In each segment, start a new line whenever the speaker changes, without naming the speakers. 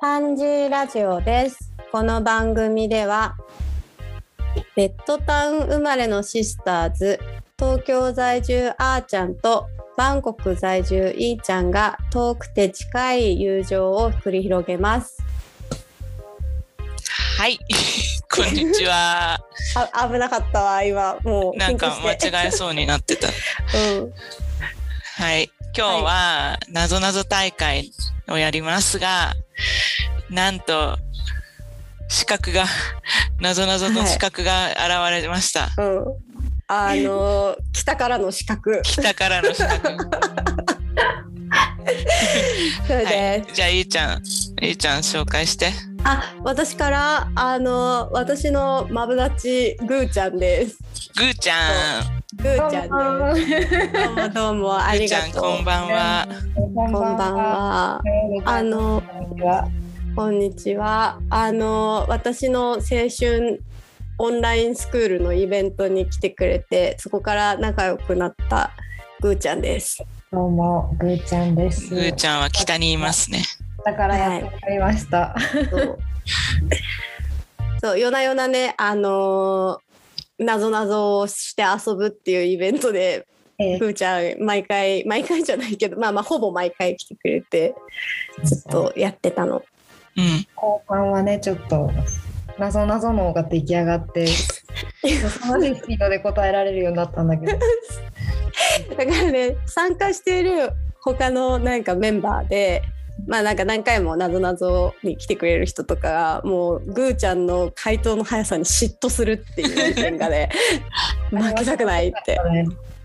パンジーラジオです。この番組では、ベッドタウン生まれのシスターズ、東京在住あーちゃんとバンコク在住いーちゃんが遠くて近い友情を繰り広げます。
はい、 こんにちは。
あ危なかったわ、今。もう、
なん か
緊張して
間違えそうになってた。
うん、
はい、今日はなぞなぞ大会をやりますが、なんと資格が なぞなぞの資格が現れました。
うん。あの、北からの資格。
北からの 資格。
それ
は
で
い、じゃあいいちゃん、いいちゃん紹介して。
あ、私から、あの、私のマブダチ、ぐーちゃんです。
ぐーちゃん、
ぐーちゃんです。どうもどうも、あ
ぐー
り
ち
が
ゃん
とう。
こんばんは。
こんば
こんばん。は。あの、
こんにちは。
こんにちは。あの、私の青春。オンラインスクールのイベントに来てくれて、そこから仲良くなった。ぐーちゃんです。
どうも、ぐーちゃんです。
ぐーちゃんは北にいますね。
だからやってまいりました。
そう。そう、夜な夜なね、あのー。なぞなぞをして遊ぶっていうイベントで
え
ふーちゃん毎回毎回じゃないけどまあまあほぼ毎回来てくれてずっとやってたの
うん、
後半はね、ちょっと。なぞなぞの方が出来上がって。恐ろしいスピードで答えられるようになったんだけど。
だからね参加している他のなんかメンバーでまあなんか何回もなぞなぞに来てくれる人とかがもうぐーちゃんの回答の速さに嫉妬するっていう意見がね負けたくないって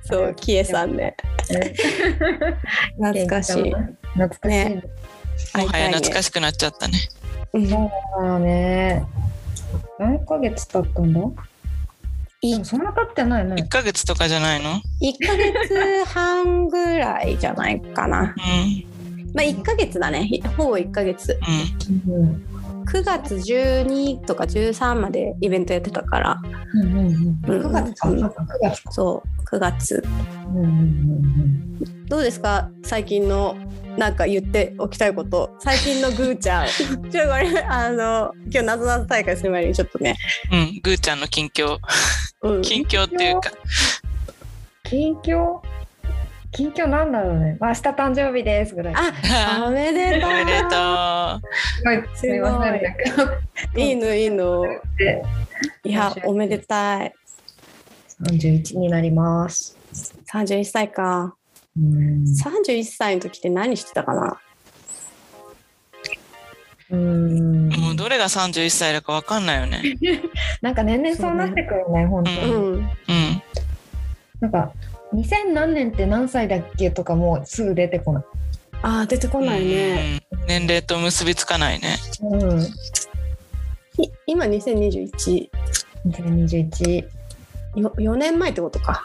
そうキエさんね懐かしい
懐かしい。
ね会
も
い
は
た
や
いね
懐かしくなっちゃったね。
うん
まあね。何ヶ月経ったんだ。
い
でもそんな経ってないね
一。ヶ月とかじゃないの？うん。
1ヶ月半ぐらいじゃないかなまあ1ヶ月だねほぼ1ヶ月
うん、
うん。
9月12とか13までイベントやってたから
うんうん
う
うんん。九月か。そうか九月か。
そう9月
うんうんうんうん。
どうですか最近のなんか言っておきたいこと最近のぐーちゃんちょっとこれあの今日なぞなぞ大会する前にちょっとね、
うん、ぐーちゃんの近況、
うん、
近況っていうか、
近況近況なんだろうね。まあ、明日誕生日ですぐら い。
あおめでと
お
う
めでと
すごい、すみません。なんか
いいのいいの
で
いやおめでたい
31になります。
31歳か
うん
31歳の時って何してたかな
うん
う。もうどれが三十一歳だかわかんないよね。
なんか年々そうなってくるね、本当
う
に。
ん
うん、
なんか、2000何年って何歳だっけとかもうすぐ出てこない。
あー出てこないね
うん年齢と結びつかないね。
うん。
い今2021
2021。
よ4年前ってことか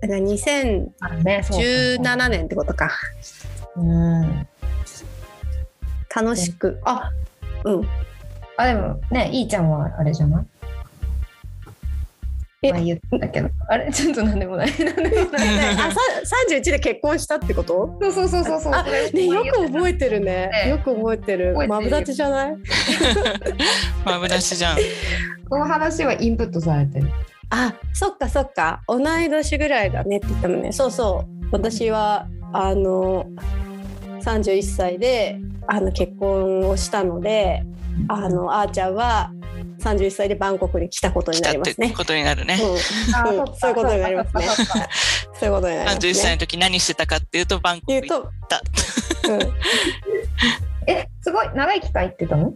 だから2017
あね、そうか。
年ってことか
うん。
楽しくあうん
あ、でもね、いいちゃんはあれじゃない
え
まあ言ったけど。あれちょっとなんでもない。なんでも ない。
あ、三十一で結婚したって こと？
そうそうそうそうそう。
あ、ね、よく覚えてるね。
ね
よく覚えてる
覚えて。る
マブダチじゃない？
マブダチじゃん。
この話はインプットされてる。
あ、そっかそっか。同い年ぐらいだねって言ったもんね。そうそう。私はあの三十一歳であの結婚をしたので、あのあーちゃんは三十一歳でバンコクに来たことに
来
な
たっ
ります
て
ね。
ことになる
うん、
ね。
そう そういうことになりますね。そういうことになります
三十
ね。
一歳の時何してたかっていうとバンコク
言
行
う
っ
と、
た。
うん、
え、すごい長い期間行ってたの？
うん、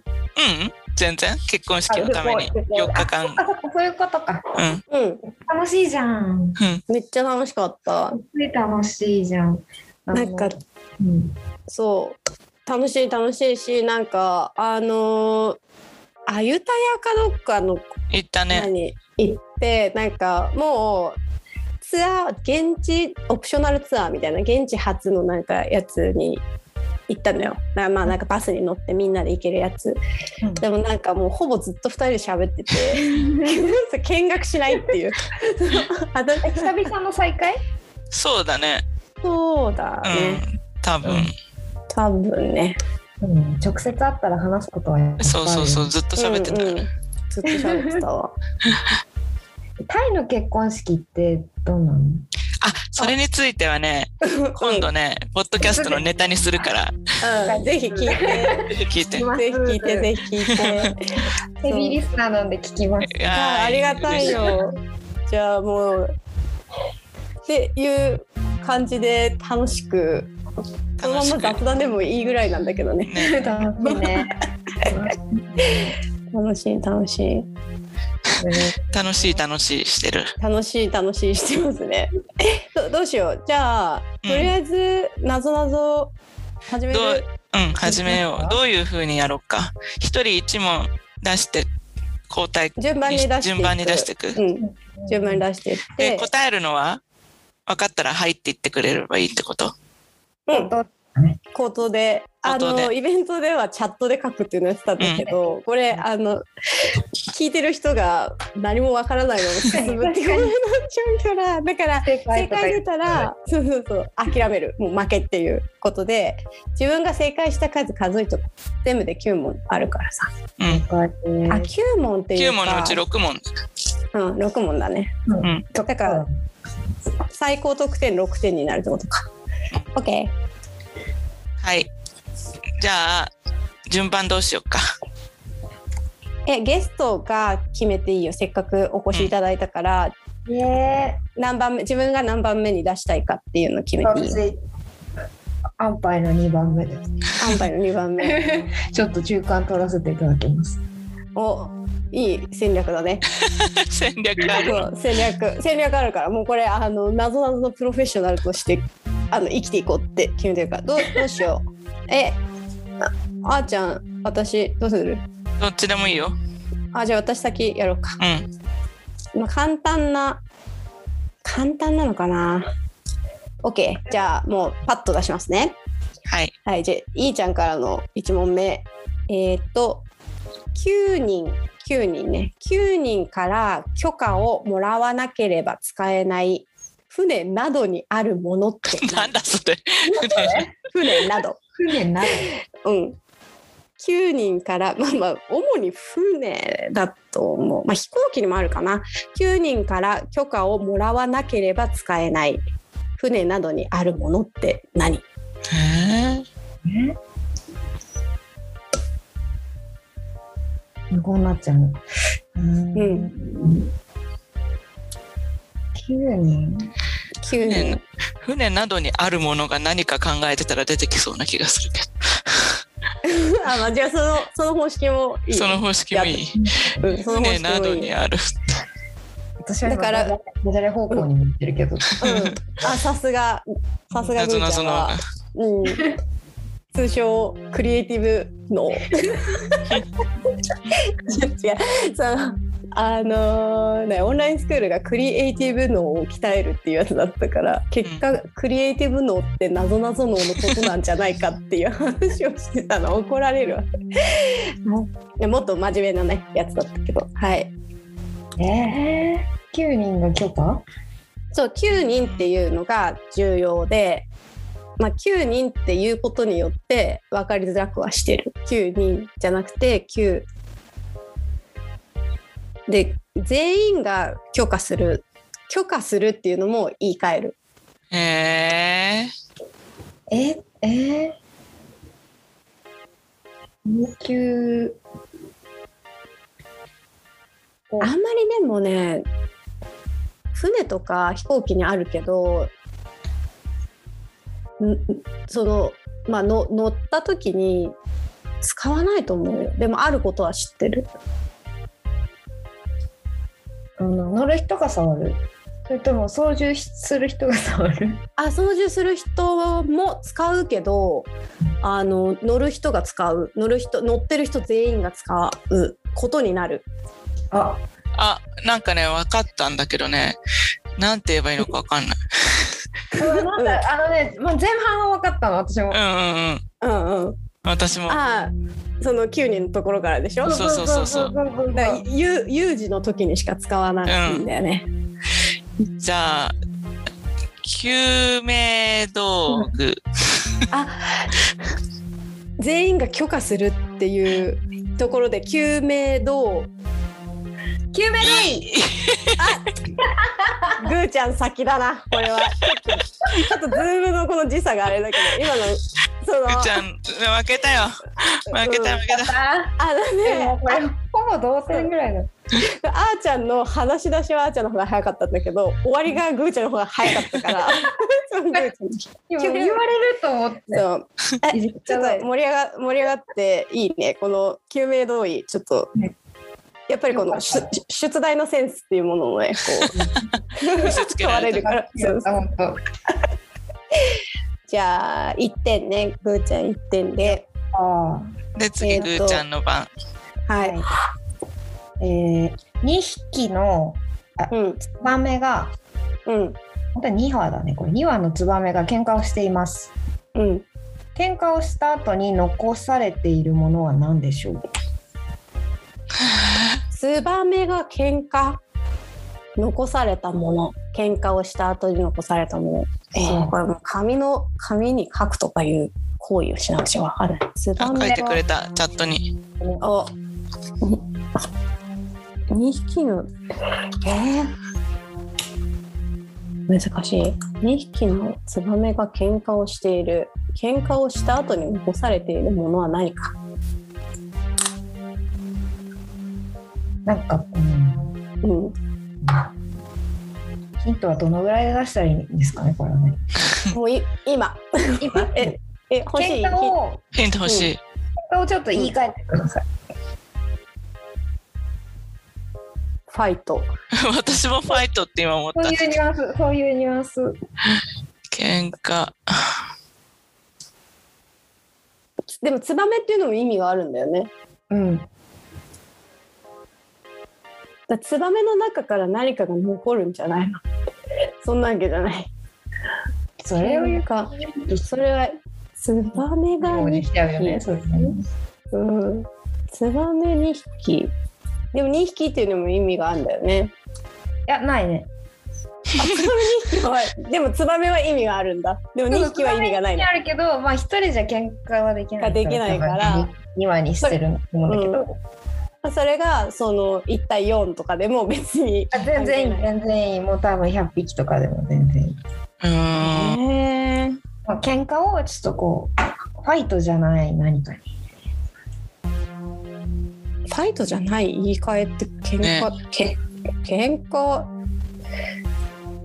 全然結婚式のために
あ旅行旅行
四日間。
あ、そっかそういうことか。
うん、
うん、
楽しいじゃん。
うん、
めっちゃ楽しかった。
楽しいじゃん。あの
なんか
うん、
そう楽しい楽しいしなんかあのーあゆたやかどっかの
行ったね。
何、行ってなんかもうツアー現地オプショナルツアーみたいな現地初のなんかやつに行ったのよなまあなんかバスに乗ってみんなで行けるやつ
うん
でもなんかもうほぼずっと2人で喋ってて そう見学しないっていう 私
久々の再会？
そうだね。
そうだ
う
ね、
ん、多分。
多分ね
うん直接会ったら話すことはやっぱり
そうそうそう、ずっと喋ってた。
うんうんずっと喋ってたわ。
タイの結婚式ってどうなの
あ、それについてはね、 今度ね、ポッドキャストのネタにするから、
うんうん、ぜひ聞いて、
聞い
ぜ
て。
ひ聞いて、ぜひ聞いて。
ヘビーリスナーなんで聞きます。
いやー
あありがたい。よ。じゃあもうっていう感じで楽しくそのまま雑談でもいいぐらいなんだけどね。
ね、
楽しいね。
楽しい楽しい
楽しい楽しいしてる。
楽しい楽しいしてますね。どどうしようじゃあとりあえずなぞなぞ始める
ど。う、うん、始めよう。どういう風にやろうか。一人一問出して、交代
順番に出していく
順番に出していく。
うん、順番に出していっ
で、
て、
答えるのは、分かったら入って言ってくれればいいってこと。
うん、
どう
口頭であ
口頭
のイベントではチャットで書くっていうのやってたんだけど、これあの聞いてる人が何もわからないのを進むっていうことになっちゃう からだから
正
正
解とか
解出たらそうそうそう諦めるもう負けっていうことで自分が正解した数数えとく全部で9問あるからさ、
うん。
あ
正
9問ってい
9
うか
問のうち6問。
うん、6問だね
解
だから最高得点6点になるってことか OK
はい。じゃあ、順番どうしようか。
えゲストが決めていいよせっかくお越しいただいたから、
え
何番目自分が何番目に出したいかっていうのを決め
ー、
ていいよ
私安牌の2番目です。
安牌の2番目
ちょっと中間取らせていただきます。
おいい戦略だね
戦略ある。
そう戦略戦略あるからもうこれあの謎々のプロフェッショナルとしてあの生きていこうって決めてるからどうどうしようえああーちゃん私どうする
どっちでもいいよ。
あじゃあ私先やろうか、
うん。
まあ、簡単な簡単なのかな OK じゃあもうパッと出しますね
はい。
はい、じゃあ、いーちゃんからの1問目。えーっと、9人、9人ね、9人から許可をもらわなければ使えない船などにあるものって
なんだそ れ。
船など。
船な
うん。9人から、まあまあ、主に船だと思う。まあ、飛行機にもあるかな。9人から許可をもらわなければ使えない船などにあるものって何
えー
ね。無言になっちゃう。うーん。9人
?9 人。
船などにあるものが何か考えてたら出てきそうな気がするけ
あ、まあ、じゃあそのその方式もいい。
ど。その方式もいい。
うん、その方
船
式
など
もいい。
に
うん、
ある。
私は
だから
ダジャレ方向に向ってるけど。
あ、さすが、さすが
な
ぐ
ぞ
ー
な
ちゃ
ぞ
ん
の。
は。うん。通称クリエイティブの。違う違う。そのあのーね、オンラインスクールがクリエイティブ脳を鍛えるっていうやつだったから結果、クリエイティブ脳ってなぞなぞ脳のことなんじゃないかっていう話をしてたの怒られるわねもっと真面目なねやつだったけどはい
ええー、9人が許可
そう9人っていうのが重要で、まあ、9人っていうことによって分かりづらくはしてる9人じゃなくて9で全員が許可する許可するっていうのも言い換える
えー
ええー、有給
あんまりでもね船とか飛行機にあるけどんそのまあの乗った時に使わないと思うよでもあることは知ってる
あの乗る人が触るそれとも操縦する人が触る
あ掃除する人も使うけどあの乗る人が使う乗る人乗ってる人全員が使うことになる
あ
あ、なんかね、分かったんだけどね。なんて言えばいいのか分かんない。
うんなんかあのね、まあ、前半は分かったの私も
う。んうんうん。
うんうん
私も。
ああその9人のところからでしょ
そうそうそうそう
そう
だから有有事の時にしか使わないんだよね、
じゃあ、救命道具。
あ全員が許可するっていうところで救命胴
救命
いい
ぐーちゃん先だなこ れはちょっとちょっとズームのこの時差があれだけど今のその
ぐーちゃん、負けたよ。負けた、負けた。
だ
あの
でも
ね
これほぼ同点ぐらいの
あーちゃんの話し出しはあーちゃんの方が早かったんだけど終わりがぐーちゃんの方が早かったから そうぐーちゃんの
今言われると思って
そう
いじっち
ち
ゃ
ょ
う
っと盛り上が盛り上がっていいねこの救命胴衣ちょっと
ね。
やっぱりこのしゅ出題のセンスっていうものをね こ
見せつ
う
け
問
ら
わ
れ
れ
た
るから そうそう
本当
じゃあ1点ねぐーちゃん1点で
あ
で、次、
え
ぐ
ーと
ーちゃんの番。
はい、
ーえー、2匹の
うん
ツバメが
うん
本当は2羽だねこれ2羽のツバメが喧嘩をしています
うん
喧嘩をした後に残されているものは何でしょう
ツバメが喧嘩残されたもの喧嘩をした後に残されたもの、えーこれもう紙の紙に書くとかいう行為をしなくちゃわからないツ
あ
バ
書い
メ
てくれた、チャットに。
を2匹のえー、難しい2匹のツバメが喧嘩をしている喧嘩をした後に残されているものは何か
なんか、うん、
うん
ヒントはどのぐらいで出したらいいんですかねこれはね
もうい今
今
ええ欲しい
喧嘩を
ヒント欲しい。
喧嘩をちょっと言い換えてください、
ファイト
私もファイトって今思った
そう。いうニュアンスそういうニュアンス
喧嘩。
でもツバメっていうのも意味があるんだよね。
うん
だからツバメの中から何かが残るんじゃないの。そんなわけじゃない。
それを言う
か。
と
それはツバメが
ように
2
しちゃうよねそうですね
うん。ツバメ2匹。でも2匹っていうのも意味があるんだよね。
いやないね
はい。でもツバメは意味があるんだ。でも2匹は意味がない
に
の。
あるけどまあ一人じゃ喧嘩はできない
ができないから
2話にしてると思うんだけど、
それがその1対4とかでも別に。
あ全然いい全然いいもう多分100匹とかでも全然いい、
うーん。
へー
まあ喧嘩をちょっとこうファイトじゃない何かに
ファイトじゃない言い換えって喧嘩、
ね
け喧嘩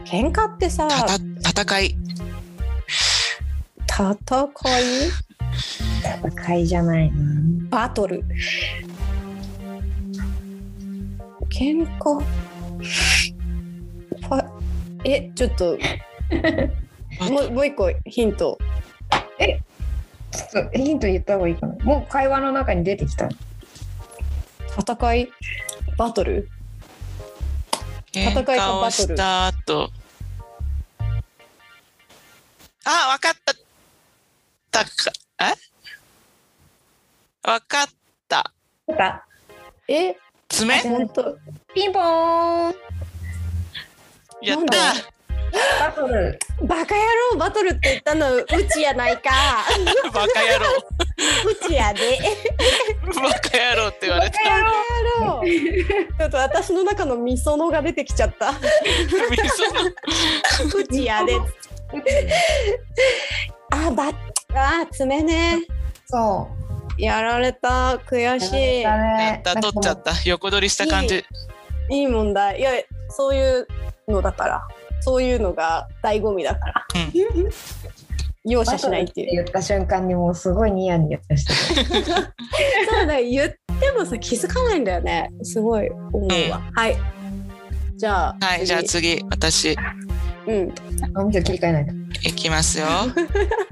喧嘩ってさ
たた戦い。
戦い
戦いじゃないな
バトル喧嘩ファえちょっともうもう一個ヒント
ちょっとヒント言った方がいいかなもう会話の中に出てきた
戦いバトル
喧
戦いとバト
嘩
ル
をした後。あ、わかった。たか、えわかった。
出た
え
爪
本当
ピンポーン
やっ
なんだ
た
バ トル
バカ野郎バトルって言ったのうちやないか
バカ野郎。
うちやで
バカ野郎って言わ れた。
やろうちょっと私の中のみそのが出てきちゃった。
みその
うちやで。あ、ば、あ、爪ね。
そ
やられた、悔
う
し
だ
や
ね
った、取っちゃった。横取りした感
い
じ。
い。いい問題。いや、そういうのだから。そういうのが醍醐味だから。容
バ
赦し
ト
な
ル
い
っ
って
て
いう。
言った瞬間にもう すごいニヤニヤして
そうだ、言ってもさ、気づかないんだよね。すごい思うわ。はい。じゃあ、
はい、じゃあ次、私、
うん。
た。お店切り替えないと。
いきますよ。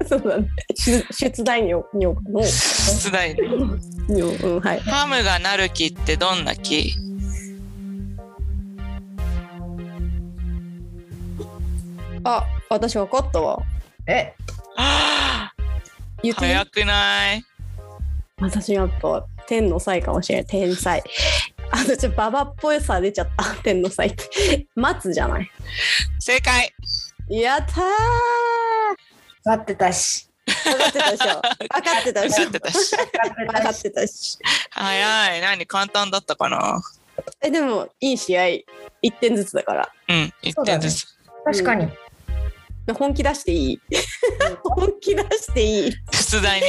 そうだね。出出題にょ、にょ、もう
出題。
にょ、うん、はい。
ハムがなる木ってどんな木
あ、私分かったわ。
え、
あ
言
ー
っていい
早くない
私やっぱ天の才かもしれない天才 あとちょっとババっぽいさ出ちゃった 天の才って待つじゃない
正解
やった
待ってたし。
分かってたでし ょ。分かってたでしょ
やっ。てたし。
分かってたし。
早い。何簡単だったかな
え、でも、いい試合、1点ずつだから。
うん、一
そうだ
点
ね
ずつ。
確かに。
本気出していい。 本気出していい。
出題に。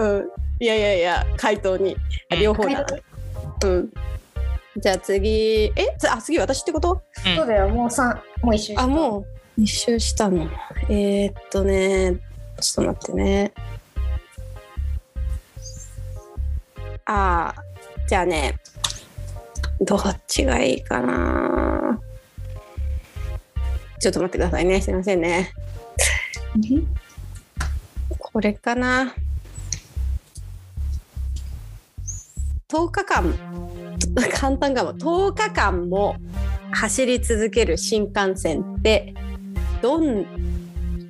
うん。いやいやいや、回答に。あ両方だな。うん。じゃあ次、え、つあ、次私ってこと
うん
そうだよ、もう三、もう一周。
あ、もう一周したの。えー、っとね、ちょっと待ってね。あー、じゃあね、どっちがいいかな。ちょっと待ってくださいね。すいませんね。これかな。10日間簡単かも10日間も走り続ける新幹線ってどん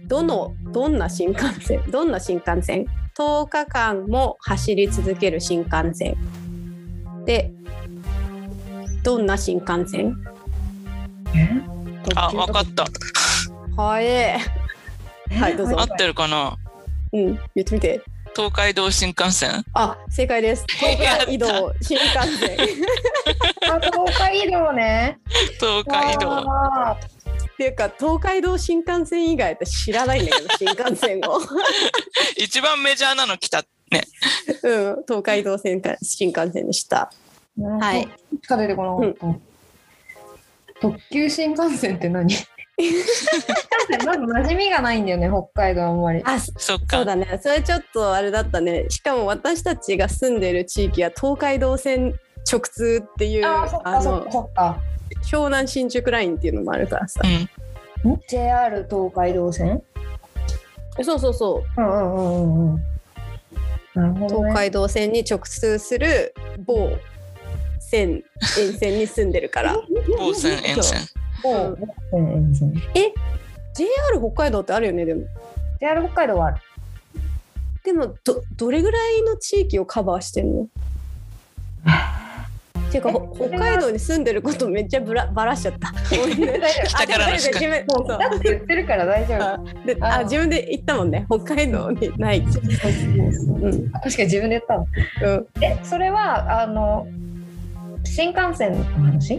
どのどんな新幹線どんな新幹線10日間も走り続ける新幹線でどんな新幹線
え
あ、わかった。
はい、はいどうぞ
合ってるかな
うん、言ってみて
東海道新幹線。
あ正解です東海移
や
動新幹線
あ、東海道ね。
東海道。
わー
っていうか東海道新幹線以外って知らないん だけど新幹線を、
一番メジャーなの来た。ね。
うん、東海道線か新幹線でしたはい。
しか出てこなかった。特急新幹線って何新幹線まず馴染みがないんだよね、北海道あんまり。
あそ
そっ
そう
か。
だねそれちょっとあれだったねしかも私たちが住んでる地域は東海道線直通っていう
あ
あ
ー、そっかそっ
の
かそっか。
湘南新宿ラインっていうのもあるからさ
う、ん。
ん JR 東海道線
そうそうそう
うんうんうんうんうん。なるほど、ね。
東海道線に直通する某線沿線に住んでる から
防線沿線。
道うんうんうん。
JR 北海道ってあるよねでも
JR 北海道はある。
でもどどれぐらいの地域をカバーしてんのていうかほ北海道に住んでることめっちゃぶらばらしちゃった。ごめんね
北からの
あでも
視
自分
もう
そう
だって言ってるから大丈夫。
で
あ
あ
ー
自分で言ったもんね北海道にないってうんうん
確かに自分で言ったの。え、それはあの新幹線の話？い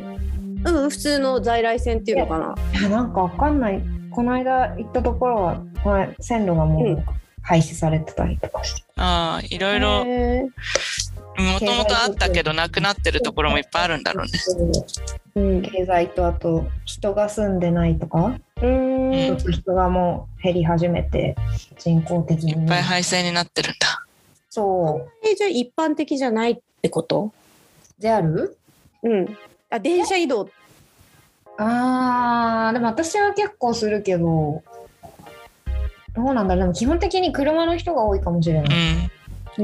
うん、普通の在来線っていうのかな
やなんかわかんない。この間行ったところはこれ線路がも
う
うん廃止されてたりとかして。
ああ、いろいろ、
へ
もともとあったけど、なくなってるところもいっぱいあるんだろうね。
ーうんう
経済とあと人が住んでないとか、ちょ
ー
っ
ん
と人がもう減り始めて人口的に
いっぱい廃線になってるんだ。
そう
えじゃあ一般的じゃないってこと、
JR?
うん、あ電車移動
あーでも私は結構するけどどうなんだろうでも基本的に車の人が多いかもしれ
う
ない、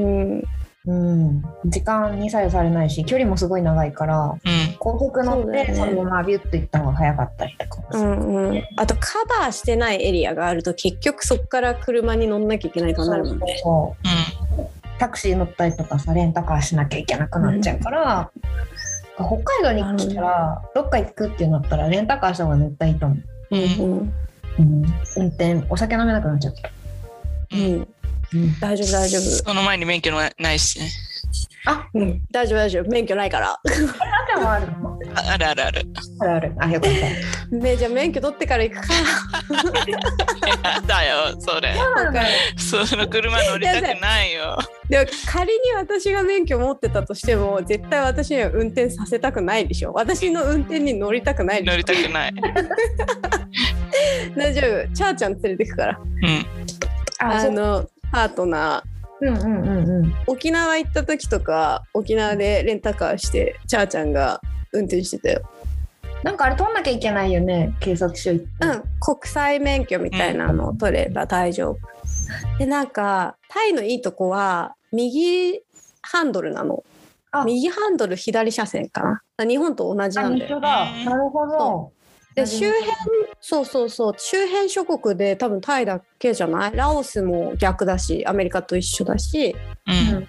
ん。
うん
うん、時間に左右されないし距離もすごい長いから
うん。
高速乗
そう
っ
だよ
て
ね
そのままビュッと行った方が早かったりとか、
うんうん、あとカバーしてないエリアがあると結局そこから車に乗んなきゃいけないと
そ
な
う
るも
そうん
ね。
そう
う。
タクシー乗ったりとかさレンタカーしなきゃいけなくなっちゃうから、北海道に来たらどっか行くってなったらレンタカーした方が絶対いいと思う、
うん
うん。
ん
うん、運転お酒飲めなくなっちゃうから、
うん
うん。
うん、
大丈夫大丈夫、
その前に免許のないしね。
うん、大丈夫大丈夫免許ないから。
あでもあるの
ああるあるある。
あるあるあよかった
ねじゃあ免許取ってから行くか。
やだよ、それ。
そうなんだよ。
その車乗りたくないよ。
でも仮に私が免許持ってたとしても絶対私には運転させたくないでしょ私の運転に乗りたくないで
乗
し
りたくない。
ょ大丈夫チャーちゃん連れてくから
うん。
あ
そう
のパートナー
うんうんうんうん。
沖縄行った時とか沖縄でレンタカーしてチャーちゃんが運転してたよ
なんかあれ取んなきゃいけないよね、警察署行って。
うん、国際免許みたいなのを取れば大丈夫。でなんかタイのいいとこは右ハンドルなの
あ。
右ハンドル左車線かな。日本と同じ
あ、
なんだ
一
よ。
緒だ。
うん
なるほど
そ。で周辺そうそうそう周辺諸国で多分タイだけじゃないラオスも逆だしアメリカと一緒だし、
うん。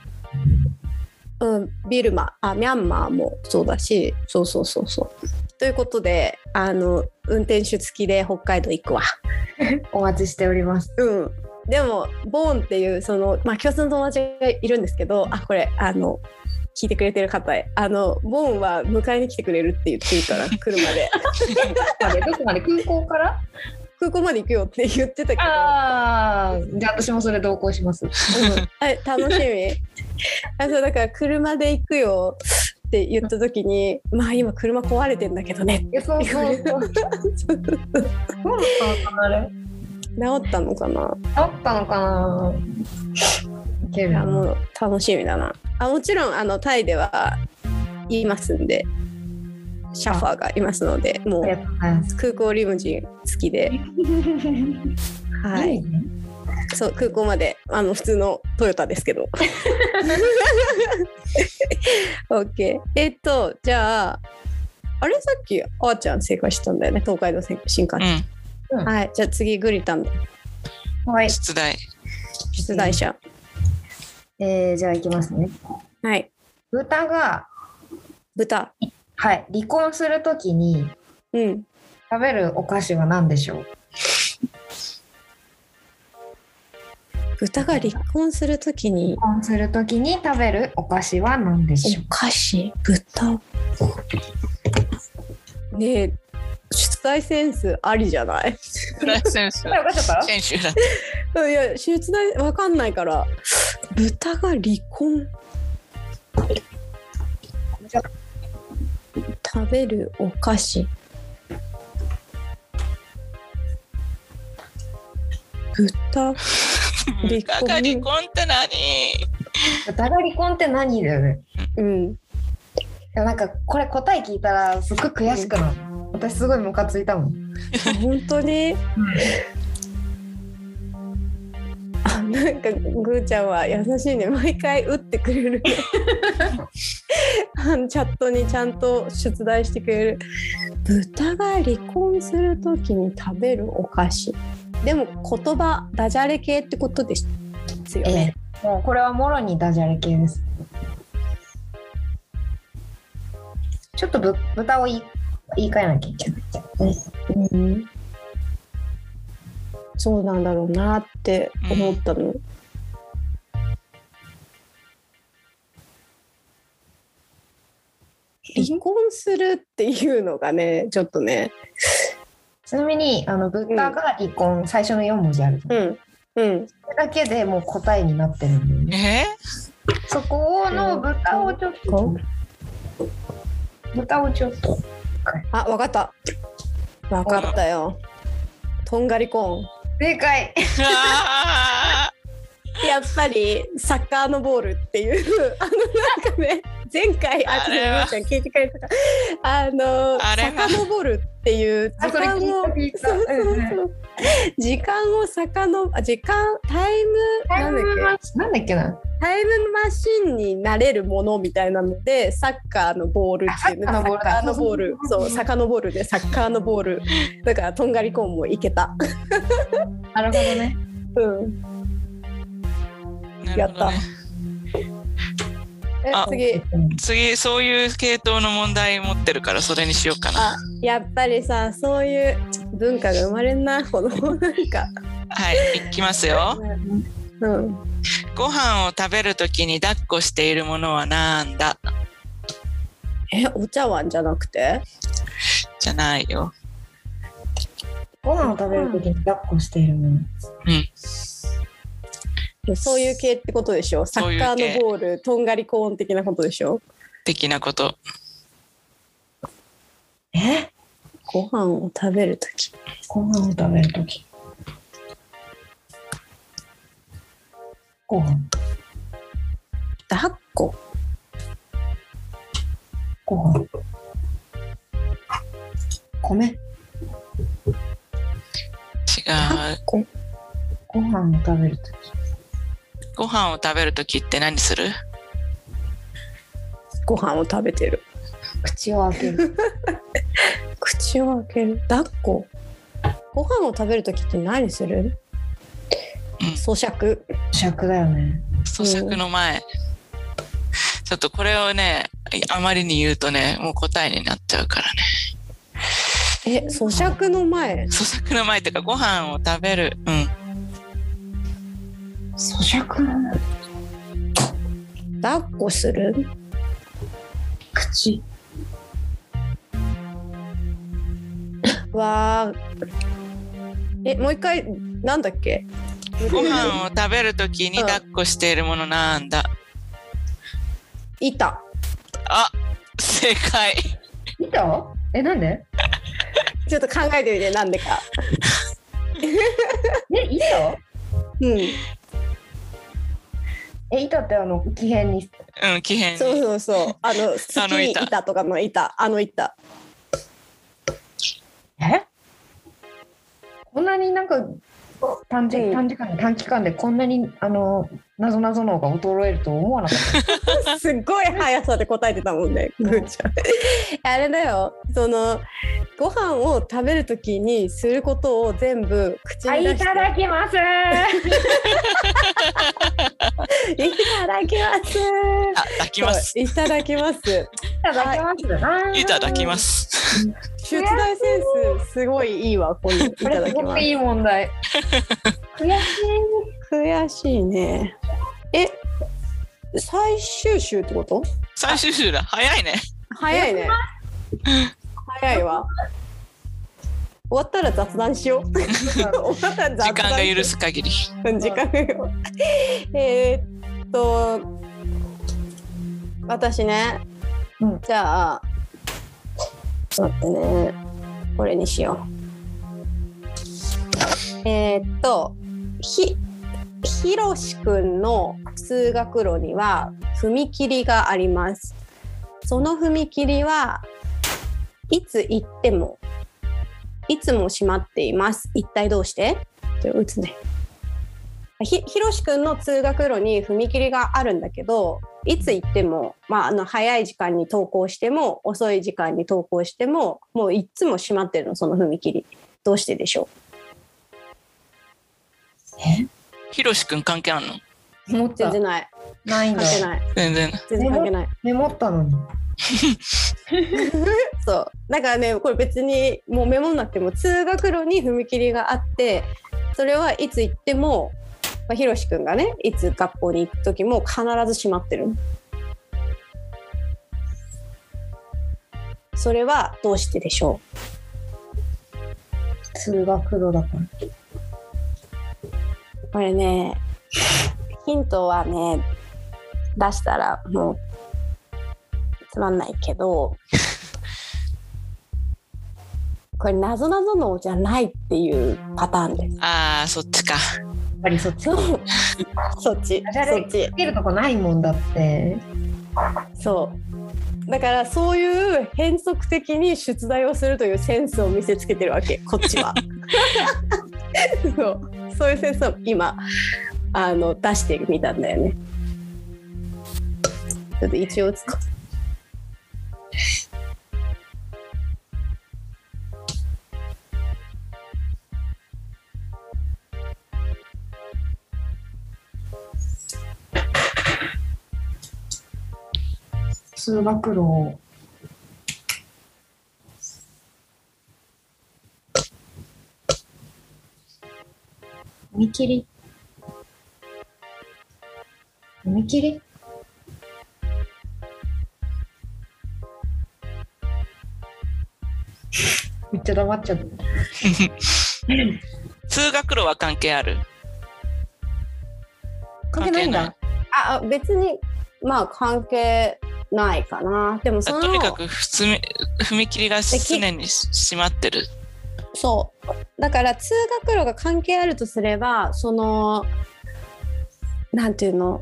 うん、ビルマあミャンマーもそうだしそうそうそうそう。ということであの運転手付きで北海道行くわ。
お待ちしております。
うんでもボーンっていうその、まあ、共通の友達がいるんですけどあこれあの聞いてくれてる方へあのボーンは迎えに来てくれるって言ってるから車 で
までどこまで空港から
空港まで行くよって言ってたけど
ああじゃあ私もそれ同行します
え楽しみあそうだから車で行くよって言った時に「まあ今車壊れてんだけどね
いやそうそうそうそうだったのかなあれ
治ったのかな?
あったのかなけ」
いや
ど
もう楽しみだなあもちろんあのタイではいますんでシャファーがいますのでも
あり
う
がとうございます
空港リムジン好きで、は
はい
い、そう空港まであの普通のトヨタですけど。OK えっとじゃああれさっきあーちゃん正解したんだよね東海道新幹
う
線、
ん。
はいじゃあ次グリタン
はい、
出題。
出題者、
えー、じゃあ行きますね
はい
豚が
豚
はい離婚するときに
うん
食べるお菓子は何でしょう
豚が離婚するときに
離婚するときに食べるお菓子は何でしょう
菓子豚ねえ出題センスありじゃない
出題選手。
あよかったか
選手だ。
いや出題わかんないから豚が離婚食べるお菓子豚離婚
だから離婚って何
豚が離婚って何だよね
うん
でもなんかこれ答え聞いたらすっごい悔しくなる私すごいムカついたもん
本当にあなんかぐーちゃんは優しいね毎回打ってくれ るあのチャットにちゃんと出題してくれる豚が離婚するときに食べるお菓子でも言葉ダジャレ系ってことですよね、
もうこれはもろにダジャレ系ですちょっとぶ豚を言い言い換えなきゃいけない
うんそうなんだろうなって思ったの。離婚するっていうのがねちょっとね
ちなみにあの豚が離婚、最初の4文字あるじゃ
う
ん
んうん
それだけでもう答えになってるんだよね
え
そこの豚をちょっと。豚をちょっと。
あわかったわかったよとんがりコーン
正解。
あ
やっぱりサッカーのボールっていう あのなんかね前回あ
あれは
ちょっとゆうちゃん聞いてくれたかあの
あれ
サ
は
カのボールっていう時間を
聞いた。
そうそうそう時間を遡あ時間タイムな
タイ
んだっ
ム
け
マシンなんだっけな。
タイムマシンになれるものみたいなのでサッカーのボールっていうね
あサッカーのボールだ
サッカーのボールそう遡るでサッカーのボールだからとんがりコーンもいけた、
なるほどね。
うん、
ー
やった
なるほどね
え
あ
次
次、そういう系統の問題持ってるから、それにしようかな。
あやっぱりさそういう文化が生まれんな このなんか
はい、いきますよ。
うん
ご飯を食べるときに抱っこしているものはなんだ
えお茶碗じゃなくて
じゃないよ。
ご飯を食べるときに抱っこしているもの。
そういう系ってことでしょサ
そうい
ッ
う
カ
系
ーのボールとんがりコーン的なことでしょ
的なこと。
え？
ご飯を食べるとき
ご飯を食べるとき。ご飯。
抱っこ
ご飯。米。
違う。
こ
ご飯を食べるとき。
ご飯を食べるときって何する
ご飯を食べてる
口を開ける。
口を開ける抱っこご飯を食べるときって何する
うん
咀嚼
尺だよね。
咀嚼の前。ちょっとこれをね、あまりに言うとね、もう答えになっちゃうからね。
え咀嚼の前
咀嚼の前というか、ご飯を食べる。うん。
尺の
抱っこする
口
わあえもう一回なんだっけ
ご飯を食べるときに抱っこしているものなんだ。
板
あ、正解。
見たえなんで
ちょっと考えてみてなんでか
え糸
うん
え糸ってあの木片に
うん、奇変。
そうそうそうあの
あの
好き
板
板とかの板あの板
えこんなになんか短時短時間で短期間でこんなにあのなぞなぞの方が衰えると思わなか った。
すっごい速さで答えてたもんね、ぐーちゃん。 あれだよ、そのご飯を食べるときにすることを全部口に出して。
きます。
いただきます。
あ、抱きます。
そういただきます。
いただきます。
いただきます。
出題センスすごいいいわ、こういうい
こ
た
れ
だ
す
き
ご
ま
く
す。
いい問題。 悔しい。
悔しいね。え、最終週ってこと？
最終週だ。早いね。
早いね。早いわ。 終わったら雑談しよう。終わったら雑談しよ
時
う。
間が許す限り。
うん時間がよえーっと私ね、
うん
じゃあちょっと待ってねこれにしようえーっとひひろしくんの通学路には踏切がありますその踏切はいつ行ってもいつも閉まっています一体どうしてちょ打つねひひろしくんの通学路に踏切があるんだけどいつ行っても、まあ、あの早い時間に登校しても遅い時間に登校してももういっつも閉まってるのその踏切どうしてでしょ
ひろしくん関係あんの
持
う
っ
全
た。
然ない
ないんだ
関。係ない
全然。
全然関係ない
メモったのに。
そうだからねこれ別にもうメモなくても通学路に踏切があってそれはいつ行っても、まあ、ひろしくんがねいつ学校に行く時も必ず閉まってるのそれはどうしてでしょう
通学路だか
これねヒントはね出したらもうつまんないけどこれなぞなぞのじゃないっていうパターンです。
ああ、そっちか。
ら。やっぱりそっち。
そう そっち
ダジャ
そ
レ
っち
つけるとこないもんだって。
そうだからそういう変則的に出題をするというセンスを見せつけてるわけこっち はそうそういうセンスを今あの出してみたんだよねちょっと一応打つか
通学路を。踏切。踏切。めっちゃ黙っちゃった。
通学路は関係ある。
関係ないんだ。
ああ別にまあ関係ないかなでもそ
あ
の
とにかく普通に踏切が常に閉まってる。
そうだから通学路が関係あるとすればそのなんていうの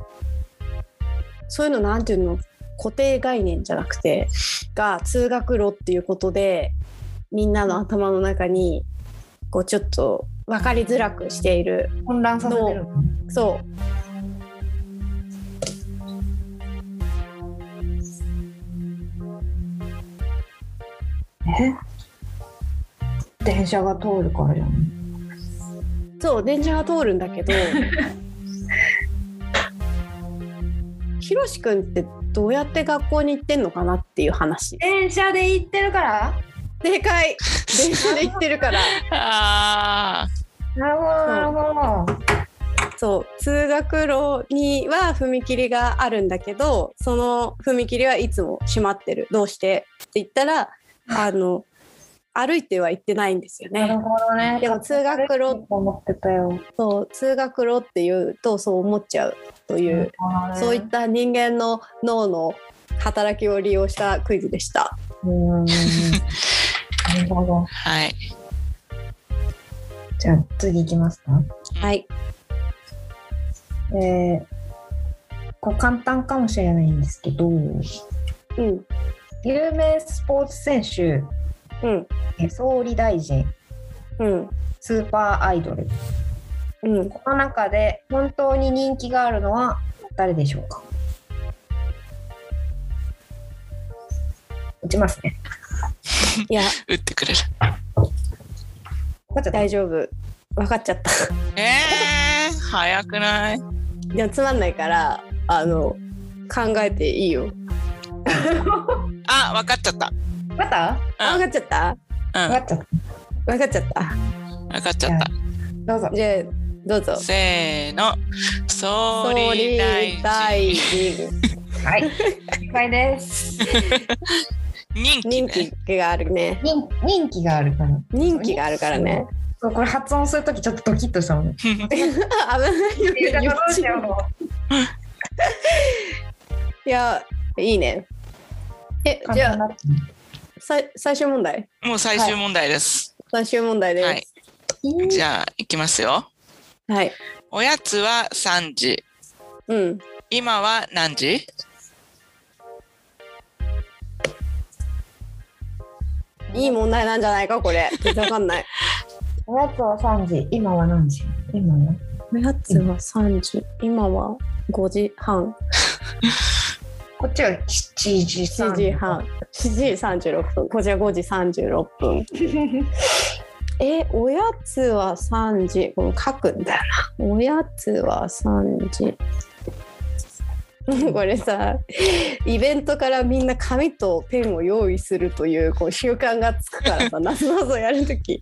そういうのなんていうの固定概念じゃなくてが通学路っていうことでみんなの頭の中にこうちょっと分かりづらくしている
混乱させてるの。
そう
え電車が通るからじゃん。
そう電車が通るんだけどひろしくんってどうやって学校に行ってんのかなっていう話。
電車で行ってるから。
正解電車で行ってるから
ああ、
なるほど、なるほど。
そう通学路には踏切があるんだけどその踏切はいつも閉まってるどうしてって言ったらあの歩いては行ってないんですよ
な
ね
る。ほどね。
でも通学路
と思ってたよ。
そう通学路っていうとそう思っちゃうという、そういった人間の脳の働きを利用したクイズでした。
うーん。なるほど。
はい。
じゃあ次行きますか。
はい、
えー、こう簡単かもしれないんですけど、
うん
有名スポーツ選手、
うん
え総理大臣、
うん
スーパーアイドル。
うん、
この中で本当に人気があるのは誰でしょうか打ちますね。
いや
打ってくれる。
わかっちゃった
大丈夫分かっちゃった。
えー、早くない
いやつまんないからあの考えていいよ。
あ、わかっちゃった。
わかった
あ分かっちゃった
うん、
わかっちゃっ
分かっちゃった。
わかっちゃった。
た。どうぞ。
じゃあどうぞ。
せーの。総
総
理
理
大
大
臣。
臣
はい。正解です。
人気、
人
ね。
気があるね。
人人気があるから。
人気があるからね。
そうこれ発音するときちょっとドキッとしたもん。
人気。
あ 危ない よ、ね。
どうしよ
いやいいね。え
う。
じゃあ
簡単だ
さい最終問題
もう最終問題です。
最終問題です。
は
はいい。
じゃあ、いきますよ。おやつは3時。
うん。
今は何時
いい問題なんじゃないかこれ。全然わかん ない。
おやつは3時、今は何時今は
おやつは三時、今は五時半、
こっちは7時
七
3
時半、七時三十六分、こちら五時三十六 分。え、おやつは三時、この書くんだよな。おやつは三時。 これさイベントからみんな紙とペンを用意するというこう習慣がつくからさ なぞなぞやるとき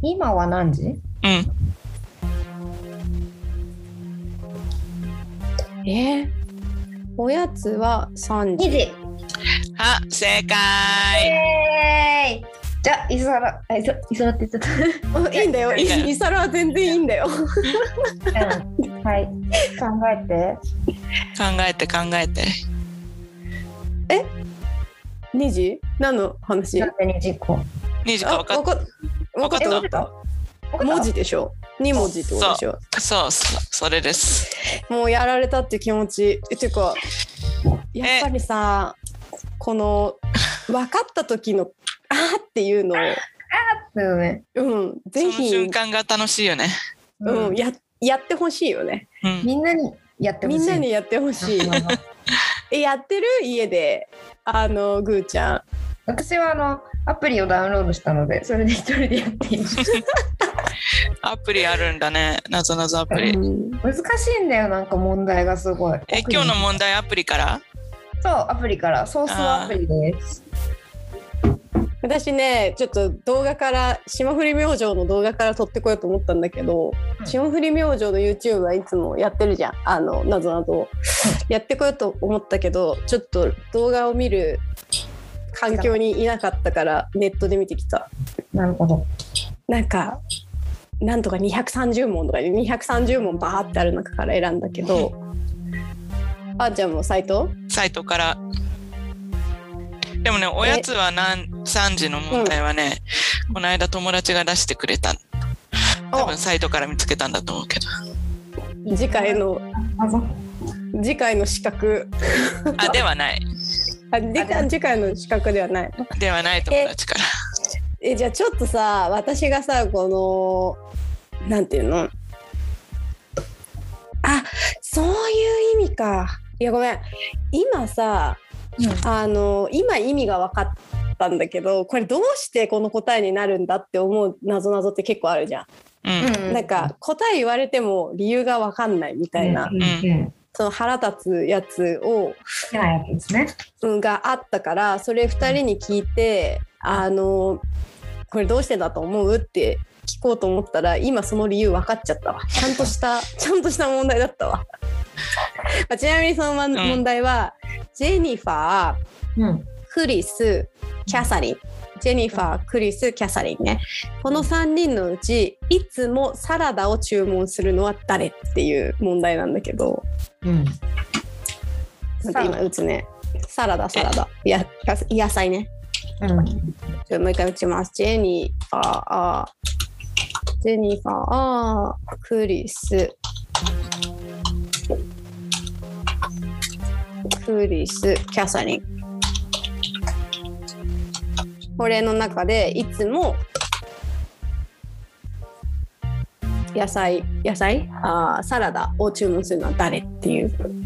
今は何時
うん。
えーおやつは3
?2
時。
時。
あ、正
イ
解。
エーイじゃあ、いそら、あいそいそらって言っちゃった。
おいいんだよ。い
いいんだよ
いさらは全然いいんだ よ。
うん はい、考えて。
考えて考えて。
2時何の話
なんで二時こ
2時
あ
か分かっ
わかわか
えわ
っ
かった
う
文字でしょ2文字ってことでしょ
た。そう、そうそれです。
もうやられたって気持ちえていうかやっぱりさこの分かった時の 「あーっていうのを、
だよね。
うん、
そ
ぜ
の
ひ、
瞬間が楽しいよね。
う
うん
ん、ややってほしいよね
うん。
みんなにやってほし
み
い。
んな にやってほしい
うん
えやってる家であのぐーちゃん
私はあのアプリをダウンロードしたので、それで一人でやっている。
アプリあるんだね。なぞなぞアプリ。
うん
難しいんだよ、なんか問題がすごい。
え、今日の問題アプリから
そう、アプリから、ソースはアプリです。
私ねちょっと動画から霜降り明星の動画から撮ってこようと思ったんだけど、
うん
霜降り明星の YouTube はいつもやってるじゃんあのなぞなぞをやってこようと思ったけどちょっと動画を見る環境にいなかったからネットで見てきた
なるほど。
なんかなんとか230問とかで230問バーってある中から選んだけどあーちゃんもサイト
サイトから。でもね、おやつは何3時の問題はね、この間友達が出してくれた。多分サイトから見つけたんだと思うけど。
次回。の
あ、そう。
次回の資格
あ、ではない。
あ次回次回の資格ではない
ではない友達から。
えじゃあちょっとさ私がさこのなんていうのあそういう意味かいやごめん今さ
うん
あの今意味が分かったんだけどこれどうしてこの答えになるんだって思うなぞなぞって結構あるじゃん、
うん。
う
なんか答え言われても理由が分かんないみたいな、
うんうん
その腹立つやつを
好きなやつですね。
うんがあったからそれ2人に聞いてあのこれどうしてだと思うって聞こうと思ったら今その理由分かっちゃったわちゃんとしたちゃんとした問題だったわあちなみにそのまん
ん
問題は、ジェニファー
うん。
クリスキャサリンジェニファークリスキャサリンねこの3人のうちいつもサラダを注文するのは誰っていう問題なんだけど
うん。
なんか今打つねサラダサラダいや野菜ね
うん。
ちょもう一回打ちます。ジェニファー、あージェニファー、あークリス。クリス、キャサリン。これの中でいつも野菜、野菜あーサラダを注文するのは誰っていう。
うん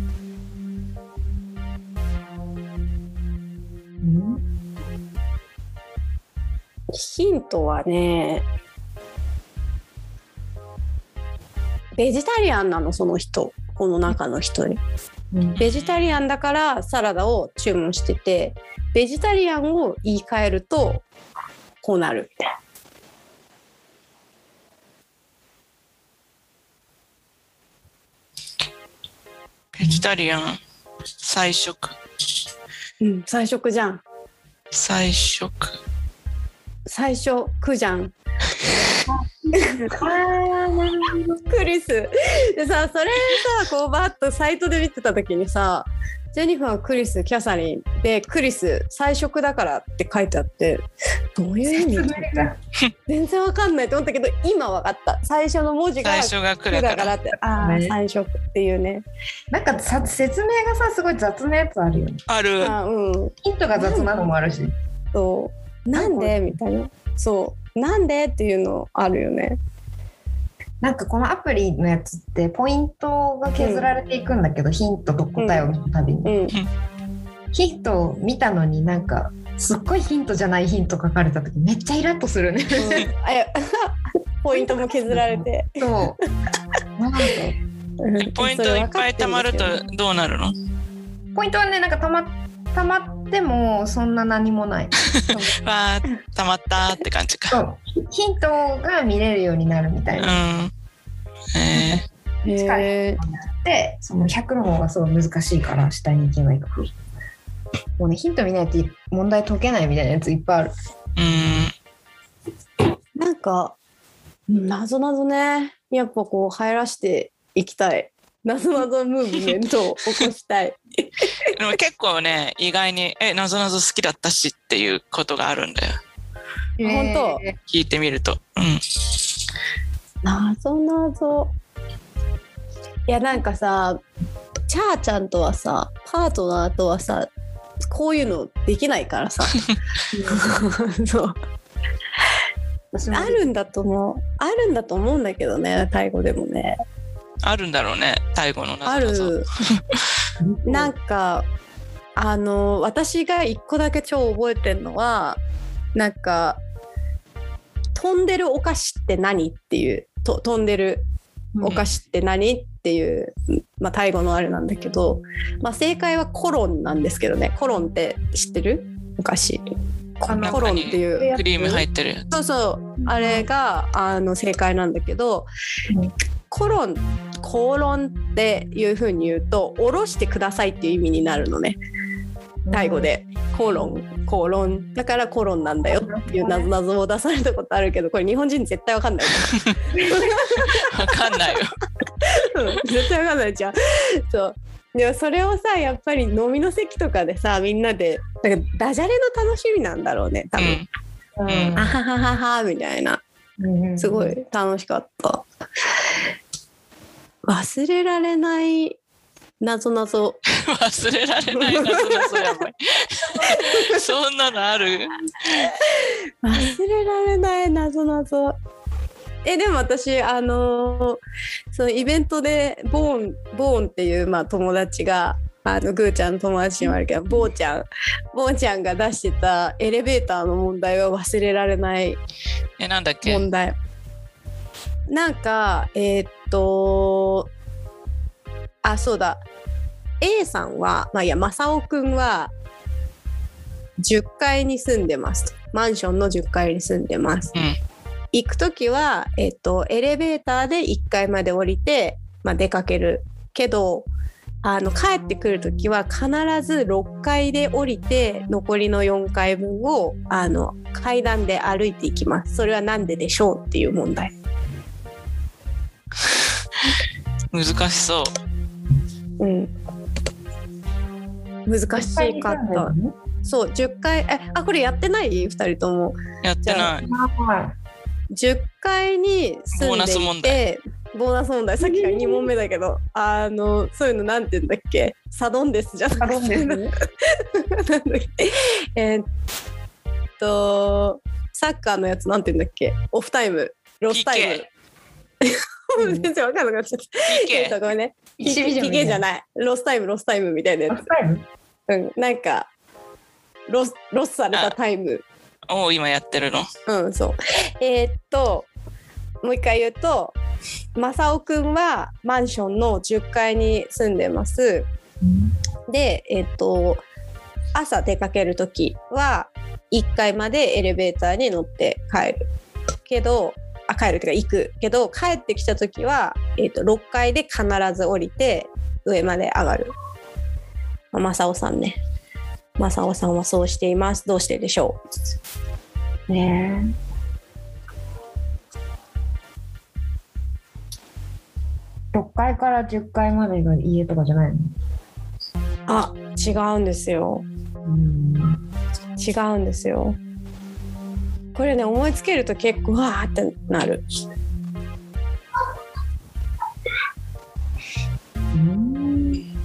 ヒントはね、ベジタリアンなの、その人。この中の人に。
うん。
ベジタリアンだからサラダを注文してて、ベジタリアンを言い換えると、こうなるみたいな。
ベジタリアン、菜食、
うん、菜食じゃん。
菜食。
最初、苦じゃん。
ああ、なるほど。
クリス。でさ、それさ、こうバーッとサイトで見てた時にさ、ジェニファー、クリス、キャサリンで、クリス、菜食だからって書いてあって、どういう意味全然わかんないと思ったけど今わかった最初の文字が
最初が来
黒
る
だ
か
から
ら。
ってああ
ね
最初っていうね
なんかさ説明がさすごい雑なやつあるよね。
ある。
あーうん
ヒントが雑なのもあるし。
そうなんでみたいなそうなんでっていうのあるよね
なんかこのアプリのやつってポイントが削られていくんだけど、ヒントと答えを見るたびに、
うん
ヒントを見たのになんかすっごいヒントじゃないヒント書かれた時めっちゃイラッとす るね。
あいやポイントも削られて
そうなんか
うん
ポイント
それ
い
分
っ
か
ぱ
て
い
る
貯まる
けど
とどうなるの
ポイントはねなんかたまたまってもそんな何もない。
わあ、貯まったって感じ
そ
か。
うヒントが見れるようになるみた
う
い
ん
な。。
えー
近い
へ
でその100の方がすごい難しいから下に行けばいいから。もうねヒント見ないと問題解けないみたいなやついっぱいある。
うん
ーなんかなぞなぞねやっぱこう入らしていきたいなぞなぞムーブメントを起こしたい
でも結構ね、意外に、え、なぞなぞ好きだったしっていうことがあるんだよ。
本当
えー
聞いてみると。うん。
なぞなぞいやなんかさチャーちゃんとはさパートナーとはさこういうのできないからさ そう
私も
あるんだと思うあるんだと思うんだけどねタイ語でもね
あるんだろうね、タイ語の
あ
なぞなぞ。
るなんかあの私が一個だけ超覚えてるのはなんか飛んでるお菓子って何っていうと飛んでるお菓子って何っていう、まあ、タイ語のあれなんだけど、まあ、正解はコロンなんですけどねコロンって知ってるお菓子コ
あの
コロンっていう
クリーム入ってる。
そうそうあれがあの正解なんだけど
うん
コロンコロンっていうふうに言うとおろしてくださいっていう意味になるのねタイ語でコロンコロンだからコロンなんだよっていう謎々を出されたことあるけどこれ日本人絶対わかんない
わかんないよ。
うん絶対わかんないじゃん。そうでもそれをさやっぱり飲みの席とかでさみんなでなんかダジャレの楽しみなんだろう ね多
う
分、
ん。
うん
あははははみたいな
うん
すごい楽しかった忘れられないな ぞなぞ
忘れられないなぞなぞや ばい。そんなのある
忘れられないなぞなぞえでも私あのーそのイベントでボーンボーンっていう、まあ、友達があのグーちゃんの友達にもあるけどボーちゃんボーちゃんが出してたエレベーターの問題は忘れられない
え、なんだっけ
問題なんかえーっとあそうだ A さんはまあいや正雄くんは10階に住んでますとマンションの10階に住んでます
うん。
行く時は、えっと、エレベーターで1階まで降りて、まあ、出かけるけどあの帰ってくる時は必ず6階で降りて残りの4階分をあの階段で歩いていきますそれは何ででしょうっていう問題
難しそう。
うん難しかったそう10回えあこれやってない2人とも
やってない。
はい。
10階に住んで
ボーナス問
いてボーナス問題さっきから2問目だけどあのそういうのなんて言うんだっけサドンデスじゃ な
サ
くて
ロンですね。
なんだっけえーっとサッカーのやつなんて言うんだっけオフタイムロスタイ
PK
ム全然わかんなくなっちゃった。えーっ
PK
とごめんね。
一
ピ
ビジョンみたいな
ケじゃない。ロスタイムロスタイムみたいなや
ロスタイム
つ。うん。なんかロスロスされたタイム。
を今やってるの。
うん、そう。えーっと、もう一回言うと、マサオくんはマンションの10階に住んでます。で、えーっと、朝出かけるときは、1階までエレベーターに乗って帰る。けど、あ帰るっていうか行くけど帰ってきた時は、えー、と6階で必ず降りて上まで上がるまあ正雄さんね正雄さんはそうしていますどうしてでしょう
ねえ。6階から10階までが家とかじゃないの
あ違うんですよ
うん。
違うんですよこれね思いつけると結構わーってなる
うん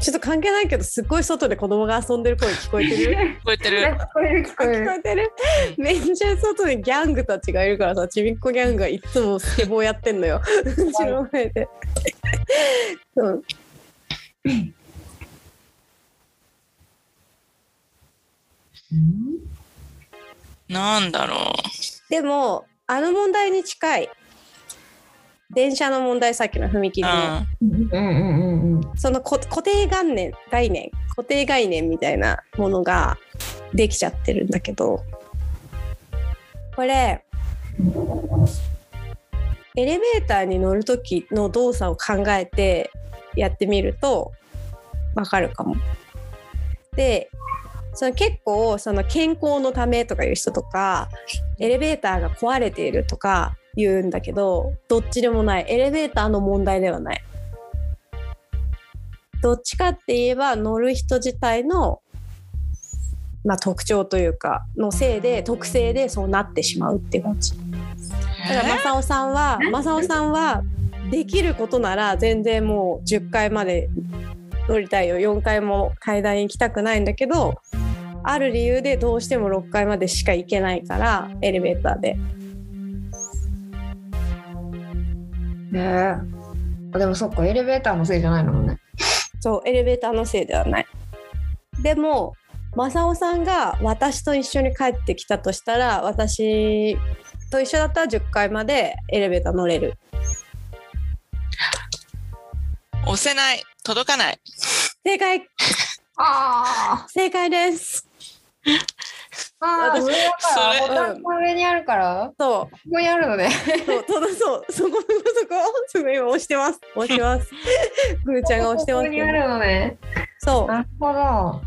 ちょっと関係ないけどすっごい外で子供が遊んでる声聞こえてる
聞こえてる。
聞こえる聞こえ
聞こ
る。
えてるめっちゃ外でギャングたちがいるからさちびっこギャングがいつもスケボーやってんのようちの前でうん
うん
なんだろ
でもあの問題に近い電車の問題さっきの踏切
う。う
の、
ん。
うんうんうんうん。
そのこ固定概念概念固定概念みたいなものができちゃってるんだけどこれエレベーターに乗る時の動作を考えてやってみるとわかるかも。でその結構その健康のためとかいう人とかエレベーターが壊れているとか言うんだけどどっちでもないエレベーターの問題ではない。どっちかって言えば乗る人自体の、まあ、特徴というかのせいで特性でそうなってしまうっていう感じだから正雄さんは正雄さんはできることなら全然もう10階まで乗りたいよ4階も階段行きたくないんだけどある理由でどうしても6階までしか行けないからエレベーターで
ねえ。あでもそっかエレベーターのせいじゃないのもね。
そうエレベーターのせいではないでも正雄さんが私と一緒に帰ってきたとしたら私と一緒だったら10階までエレベーター乗れる
えー押せない。届かない。
正解
あ
正解です
ああ
私
上だから
そ
ボ
れ
タンの上にあるから
そう
ここにあるのね。
そう、ただそう、そこのそこ、すごい今押してます。押して ます。ぐーちゃんが押してま
こ
す
こにあ
ね。
るのね。
そう、
なるほど。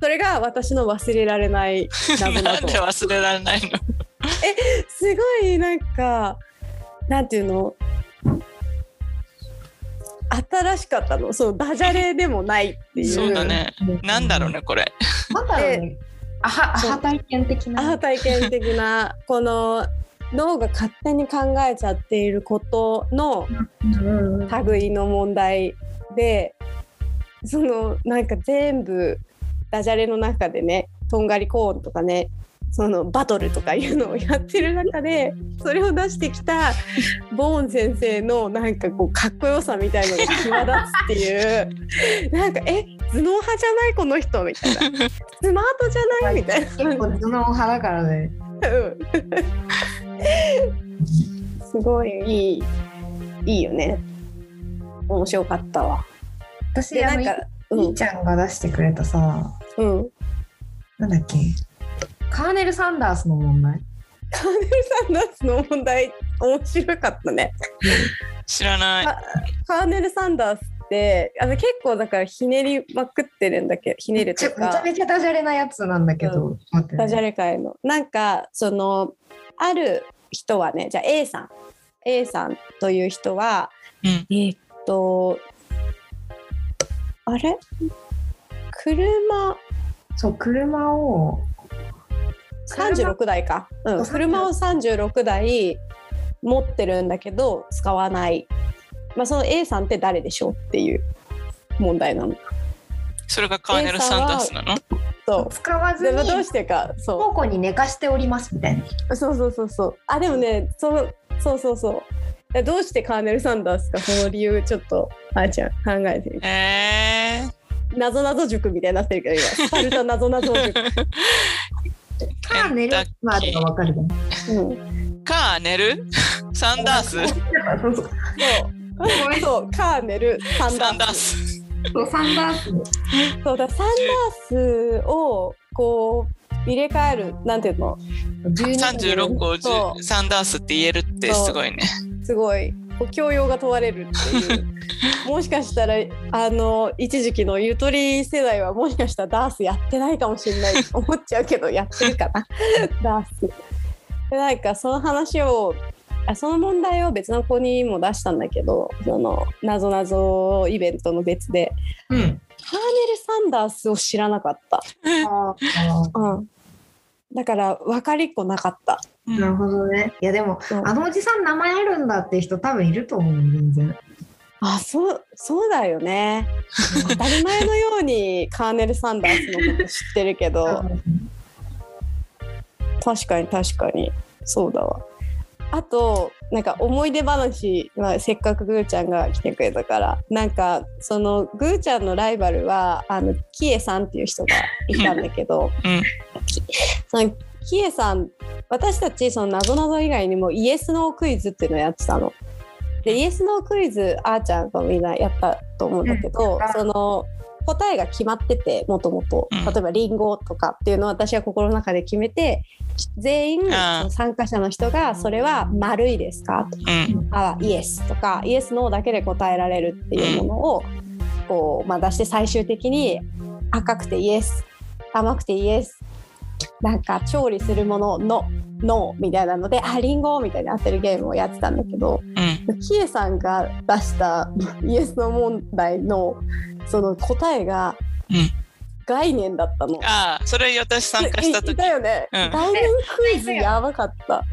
それが私の忘れられない
な
謎
んで
だと。
忘れられないの。
すごいなんか、なんていうの。新しかったの、そう、ダジャレでもないっていう。
そうだね。なんだろうね、これ。
なんだろうね。アハアハ体験的
ア
な
ハ。体験的な、この脳が勝手に考えちゃっていることの。
うんうん
類の問題でそのなんか全部ダジャレの中でねとんがりコーンとかねそのバトルとかいうのをやってる中でそれを出してきたボーン先生のなんかこうかっこよさみたいのが際立つっていうなんかえ頭脳派じゃないこの人みたいなスマートじゃないみたいな。
結構頭脳派だからね。
うんすごいいいいいよね。面白かったわ。
私
でな
あの
ん
い
か、う
い
ん
ちゃんが出してくれたさ
うん、
なんだっけカーネル・サンダースの問題
カーネル・サンダースの問題面白かったね。
知らない。
カーネル・サンダースってあの結構だからひねりまくってるんだけどひねる
ち
と
ょめちゃ
か
めちゃダジャレなやつなんだけど、待ってね
ダジャレ界のなんかそのある人はねじゃあ A さん A さんという人は
うん。
えーっとあれ車
そう車を
36台か、うん、車を36台持ってるんだけど使わない、まあ、その A さんって誰でしょうっていう問題なの
それがカーネル・サンダースなの
と
使わず
で
に
もどうしてかそう
宝庫に寝かしておりますみたいな
そうそうそうそうあでもねそそうそうそうえどうしてカーネル・サンダースかその理由ちょっとあーちゃん考えてみて
えー。
なぞなぞ塾みたいになってるけど今 スパルタなぞなぞ塾、
カーネル
ケンタッキー
まあでもわかるけ
う
ど
ん、
カーネル・サンダース
そうそう
そうそうカーネル・サン
サ
ダ
ン
ー
ダー
ス
ス。
そうサンダース
そうだサンダースをこう入れ替えるなんていうの
12
三十六個を十
そう
サンダースって言えるってすごいね。
すごいこう教養が問われるっていうもしかしたらあの一時期のゆとり世代はもしかしたらダースやってないかもしれないと思っちゃうけどやってるかなダース。でなんかその話をあその問題を別の子にも出したんだけどそのなぞなぞイベントの別で
うん
カーネル・サンダースを知らなかった、
あー
うん、だから分かりっこなかった
う
なる
ん
ほどねいやでも
そう
あのおじさん名前あるんだって人多分いると思う全然
あそうそうだよね当たり前のようにカーネル・サンダースのこと知ってるけど確かに確かにそうだわあとなんか思い出話、まあ、せっかくぐーちゃんが来てくれたからなんかそのぐーちゃんのライバルはあのキエさんっていう人がいたんだけど、
うん
そのキエさん私たちそのなぞなぞ以外にもイエス・ノークイズっていうのをやってたの。でイエス・ノークイズあーちゃんがみんなやったと思うんだけど、
うん
その答えが決まっててもともと
うん
例えばリンゴとかっていうのを私は心の中で決めて全員そ
あー
の参加者の人が「それは丸いですか?」とか
うん
「あイエス」とか「イエス・ノー」だけで答えられるっていうものをこう、まあ、出して最終的に赤くてイエス甘くてイエスなんか調理するものの「ノー」みたいなので「あリンゴ」みたいに当てるゲームをやってたんだけど。
うん
キエさんが出したイエスの問題のその答えが
うん
概念だったの。
ああ、それ私参加した
いい
時
たよね、
うん
概念クイズやばかった。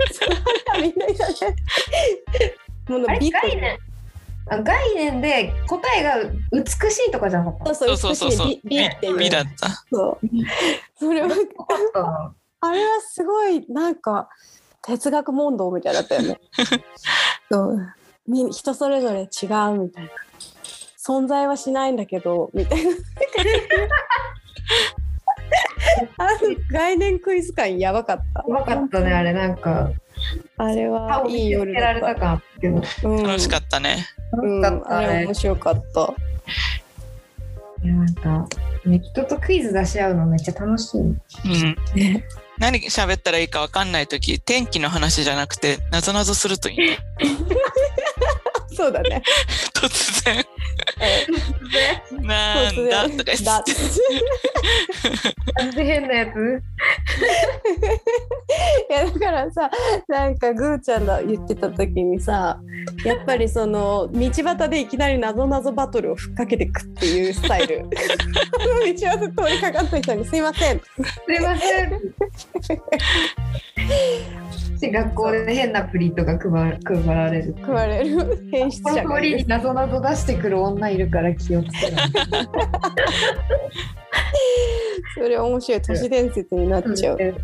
みんないたね。もう
あれ
ビット
概念あ概念で答えが美しいとかじゃなかった
そう
そ
そうう
そ
そうう
そう
美美っていう。
美だった。
そうそれは
あ
あれはすごいなんか哲学問答みたいだったよね。そうみん人それぞれ違うみたいな存在はしないんだけどみたいな。あの概念クイズ感やばかった。
うまかったねあれなんか
あれ
歯
は
を
いい
見つけ
夜
ら
だ
れ
ったた。
かったけど
楽しか
っ
ったね。
たあ
楽しかった
れ
ね
面白かった。
いやなんかね人とクイズ出し合うのめっちゃ楽しい
うん。何喋ったらいいかわかんない時、天気の話じゃなくて、なぞなぞするといい ね。
そうだね。
突然、な
突
ん
然
だとか言 って。
なんで変なやつ
いやだからさなんかぐーちゃんが言ってた時にさやっぱりその道端でいきなりなぞなぞバトルをふっかけてくっていうスタイル あの道端通りかかった人に「すいません
すいませ んで学校で変なプリントが配る配られる」
食われる変質
こ
者
の
が
通
い
り
る
になぞなぞ出してくる女いるから気をつけないと
それ面白い都市伝説になっちゃう、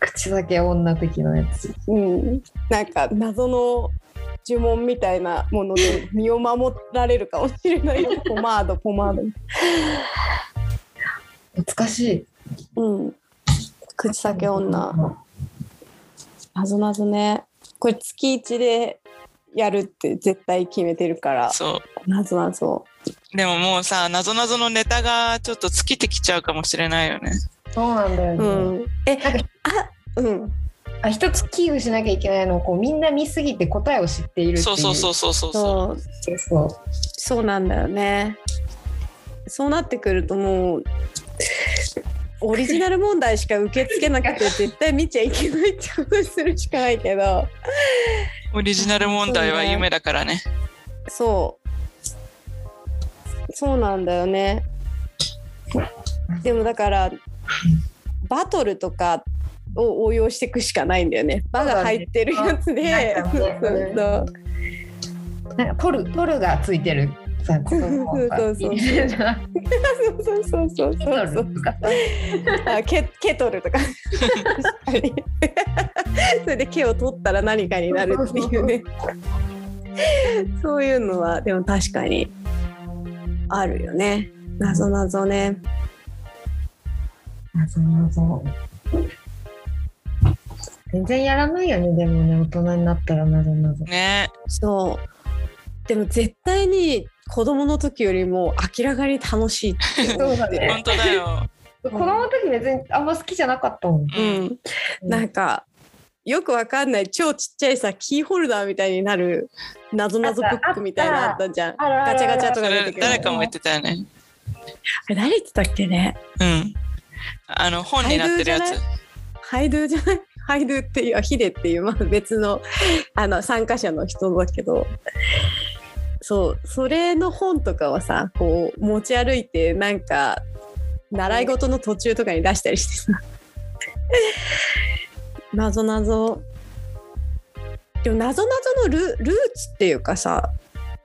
口だけ女的なやつ
うん、なんか謎の呪文みたいなもので身を守られるかもしれないよポマードポマード
懐かしい
うん。口裂け女。なぞなぞね。これ月一でやるって絶対決めてるから
そ
なぞなぞ
う。でももうさ、なぞなぞのネタがちょっと尽きてきちゃうかもしれないよね。
そうなんだよね。
うんえ
なんか
あうん
あ一つ危惧しなきゃいけないのをこうみんな見すぎて答えを知っているっていう
そうそうそうそうそうそ
そう
そうそう
そうなんだよねそうなってくるともうオリジナル問題しか受け付けなくて絶対見ちゃいけないってことにするしかないけど
う。オリジナル問題は夢だからね。
そうそうなんだよねでもだからバトルとかを応用していくしかないんだよね場が入ってるやつで
なんかね
そう
なんかポルポルがついてるさ言葉とか
そうそうそうそうそうそうそうそうそう
とか
あケケトルと か確かにそれで毛を取ったら何かになるっていうねそういうのはでも確かにあるよねなぞなぞね
謎謎全然やらないよねでもね大人になったら謎謎
ね。
そうでも絶対に子供の時よりも明らかに楽しいって思
そうだ
ってる
ね
本当だよ。
子供の時別にあんま好きじゃなかったもん
う。
うんん、なんかよくわかんない超ちっちゃいさキーホルダーみたいになるなぞなぞブックみたいなのあったじゃん
あらあらあら
ガチャガチャと
そ
か出て
れ
くるあ
誰かも言ってたよね。
れ誰言ってたっけね
うん。あの本になってるや
ハイ
つ
ドゥ。ハイドゥじゃないハイドゥっていうあヒデっていう、まあ、別のあの参加者の人だけどそうそれの本とかはさこう持ち歩いてなんか習い事の途中とかに出したりしてさ なぞなぞでもなぞなぞのルルーツっていうかさ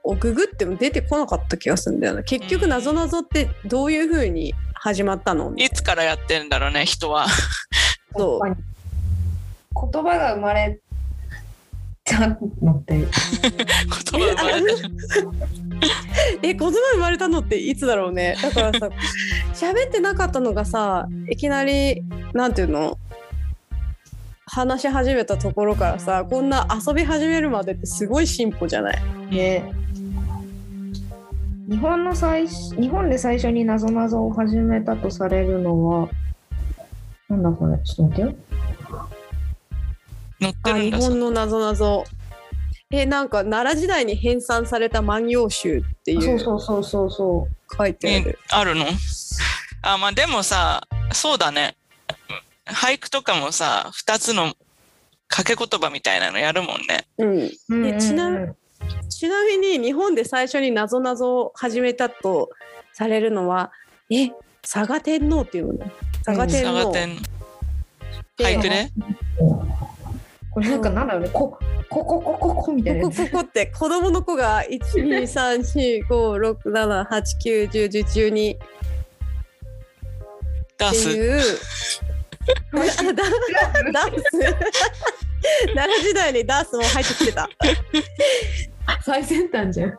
をググっても出てこなかった気がするんだよな結局なぞなぞってどういうふうに始まったのみたい
い
な
つからやってんだろうね、人は。
そう
やっぱり言葉が生まれちゃうのって
言葉生まれてる。
え言葉生まれたのっていつだろうねだからさ 喋ってなかったのがさいきなりなんていうの話し始めたところからさこんな遊び始めるまでってすごい進歩じゃない
ね日本の最初日本で最初になぞなぞを始めたとされるのはなんだこれちょっと待ってよ
乗って
あ
るん
日
だ。そ
本のなぞなぞえなんか奈良時代に編纂された「万葉集」ってい
あそううそうそうそうそ
書いてあ
え
る
あるのあまあでもさそうだね俳句とかもさ2つの掛け言葉みたいなのやるもんね
うん
う、うんうんう
え
ん
ちなちなみに日本で最初になぞなぞを始めたとされるのはえ佐賀天皇っていうの佐賀天
佐賀
皇
天
で
俳句ね
これなんかなんだろうねここここここみたいな
こ
や
こ
つ
ここって子供の子が123456789101112
ダ
って
ース
いうあダダース奈良時代にダースも入ってきてた
最先端じゃん、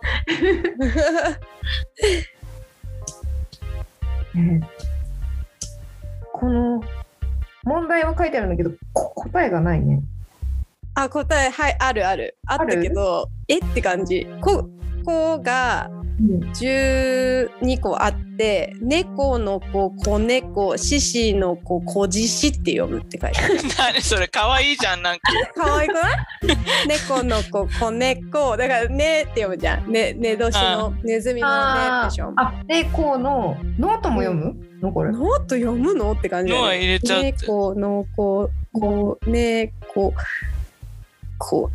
この問題は書いてあるんだけどこ答えがないね
あ答えはいあるあるあったけどえって感じここが
うん
12個あって猫の子子猫獅子の子子獅子って読むって書い てある
何それ可愛いじゃんなんか
可愛くない猫の子子猫だから「ね」って読むじゃん「ね」ね年のネズミの「ね」
あ
でしょ
あでこうのノートも読むのこれ
ノート読むのって感じだ
脳
よ
は
ね
入れちゃって
猫の子子猫子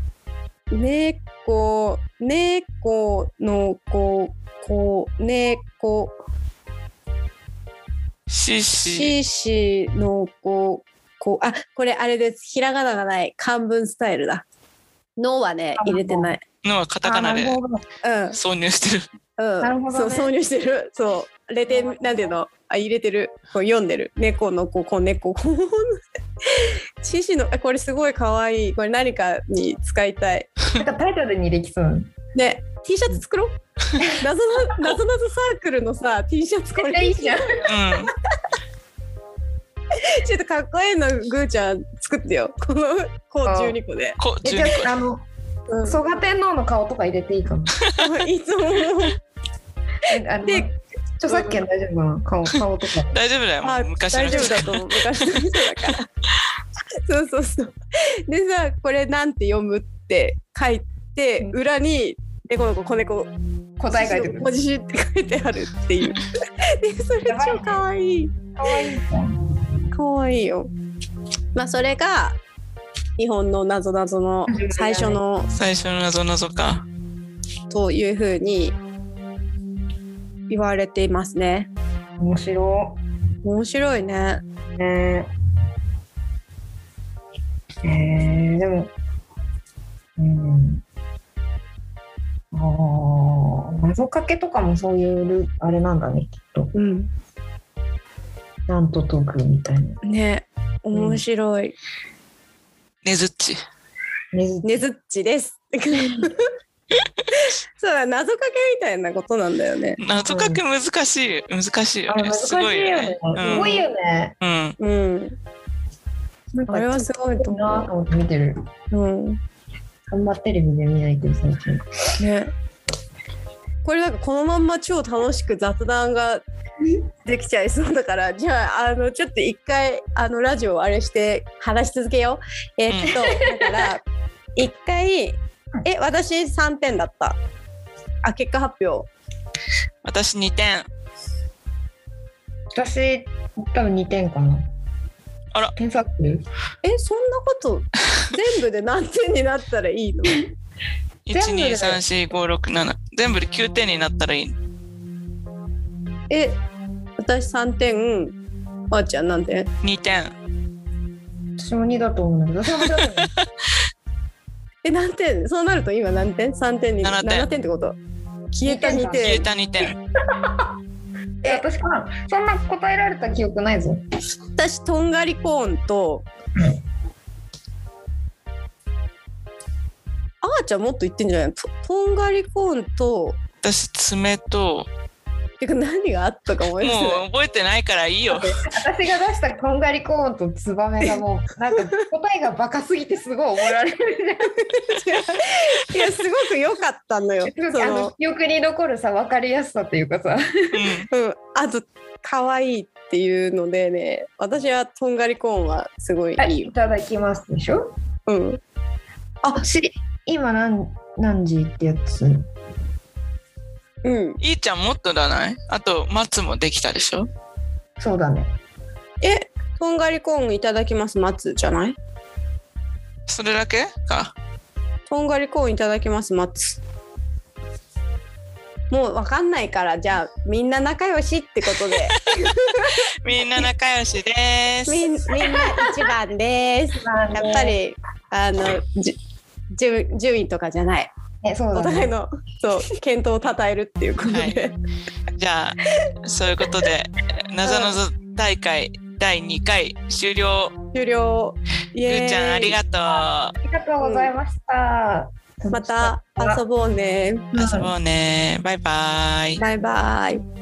猫猫の子子猫
シシ
シーシーのこう、こう、あ、これあれです。ひらがながない漢文スタイルだ。のはね、
あ
入れてない。
のはカタカナ
あな
で
るほど
うん。
挿入してる
うん、
なるほどね
そう挿入してるそうレテンなんていうのあ入れてるこう読んでる猫の子子猫 子獅子のあこれすごい可愛いこれ何かに使いたい
なんかタイトルにで きそう
ね T シャツ作 ろう謎な謎なぞサークルのさ T シャツこれ
ゃん
うん
ちょっとかっこいいのぐーちゃん作ってよこのこう12個で
こ
えじゃ
12
ああの
うん
蘇我天皇の顔とか入れてい いかも。
いつも
えあの
で
著作権大丈夫かな 顔顔とか。
大丈夫だよ、も
あ
う昔の
大
人
丈夫だと思う昔の人だからそうそうそうでさこれなんて読むって書いて
うん
裏に猫の子子猫
答え書いてく
文
る。
字集って書いてあるっていう でそれ超可愛い
可愛いじゃん。
可愛いよまあそれが日本のなぞなぞの最初の
最初の謎謎か。
というふうに言われていますね
面白
面白いね
い。ねえー、でも、うん。ああ、謎かけとかもそういうルあれなんだね、きっと。
うん
なんと解くみたいな。
ね面白い、
ねずっち。
ねず
ねずっちです。そうだ謎かけみたいなことなんだよね。
謎かけ難しい。難しいよ
あ
ね。
難
す
しい
ごいよ
よ
ねうん
ね。。すごいよね。
うん。
うん、
なんか
あれはすごいと
いいな
思
と思って見てる。
う。うん、
あんまテレビで見ないけど最近。
ね。これなんかこのまんま超楽しく雑談ができちゃいそうだから、じゃああのちょっと一回あのラジオあれして話し続けよう。えっと、だから一回え私三点だった。あ結果発表。
私2点。
私多分2点かな。
あら
点差ある
えそんな こと全部で何点になったらいいの？
全部で
1,2,3,4,5,6,7全部で9点になったらいい
え、私三点、あーちゃんなんで？
2点
私も2だと思うんだけど。私も2だと思う
え、何点？そうなると今何点？三点に
七
七
点
点ってこと？消えた二
消え
点。
た2点
え、私かそんな答えられた記憶ないぞ。
私とんがりコーンと。あーちゃんもっと言ってんじゃないととんがりコーンと
私爪と
てか何があったか思い出せな
も
いう
覚えてないからいいよ
私が出したこんがりコーンとツバメがもう、なんか答えがバカすぎてすごい覚えられる
いやすごく良かったのよ
じゃん。
そ
あ
の
の、記憶に残るさ、分かりやすさというかさ。
うん
うん、あと可愛いっていうのでね私はとんがりコーンはすごい
はい
い
い
よ、
ただきますでしょ。
うん、
あ、し、今何、何時ってやつ。
うん。
いいちゃんもっとだないあと松もできたでしょ
そうだね。
え、とんがりコーンいただきます松じゃない？
それだけか
とんがりコーンいただきます松。もうわかんないからじゃあみんな仲良しってこと で
みんな仲良しです
みんみんな一番です。やっぱ。りあのじ順順位とかじゃない。
え、そう
お
だ
互い
ね。
のそう健闘を称えるっていうことで、
はいじゃあそういうことでなぞなぞ大会第2回終了
終了。イ
ぐ
エーイ
ーちゃんありが
ありがとうございました。
また遊ぼうね。
とう遊ぼうねバイバイ
バイバイ。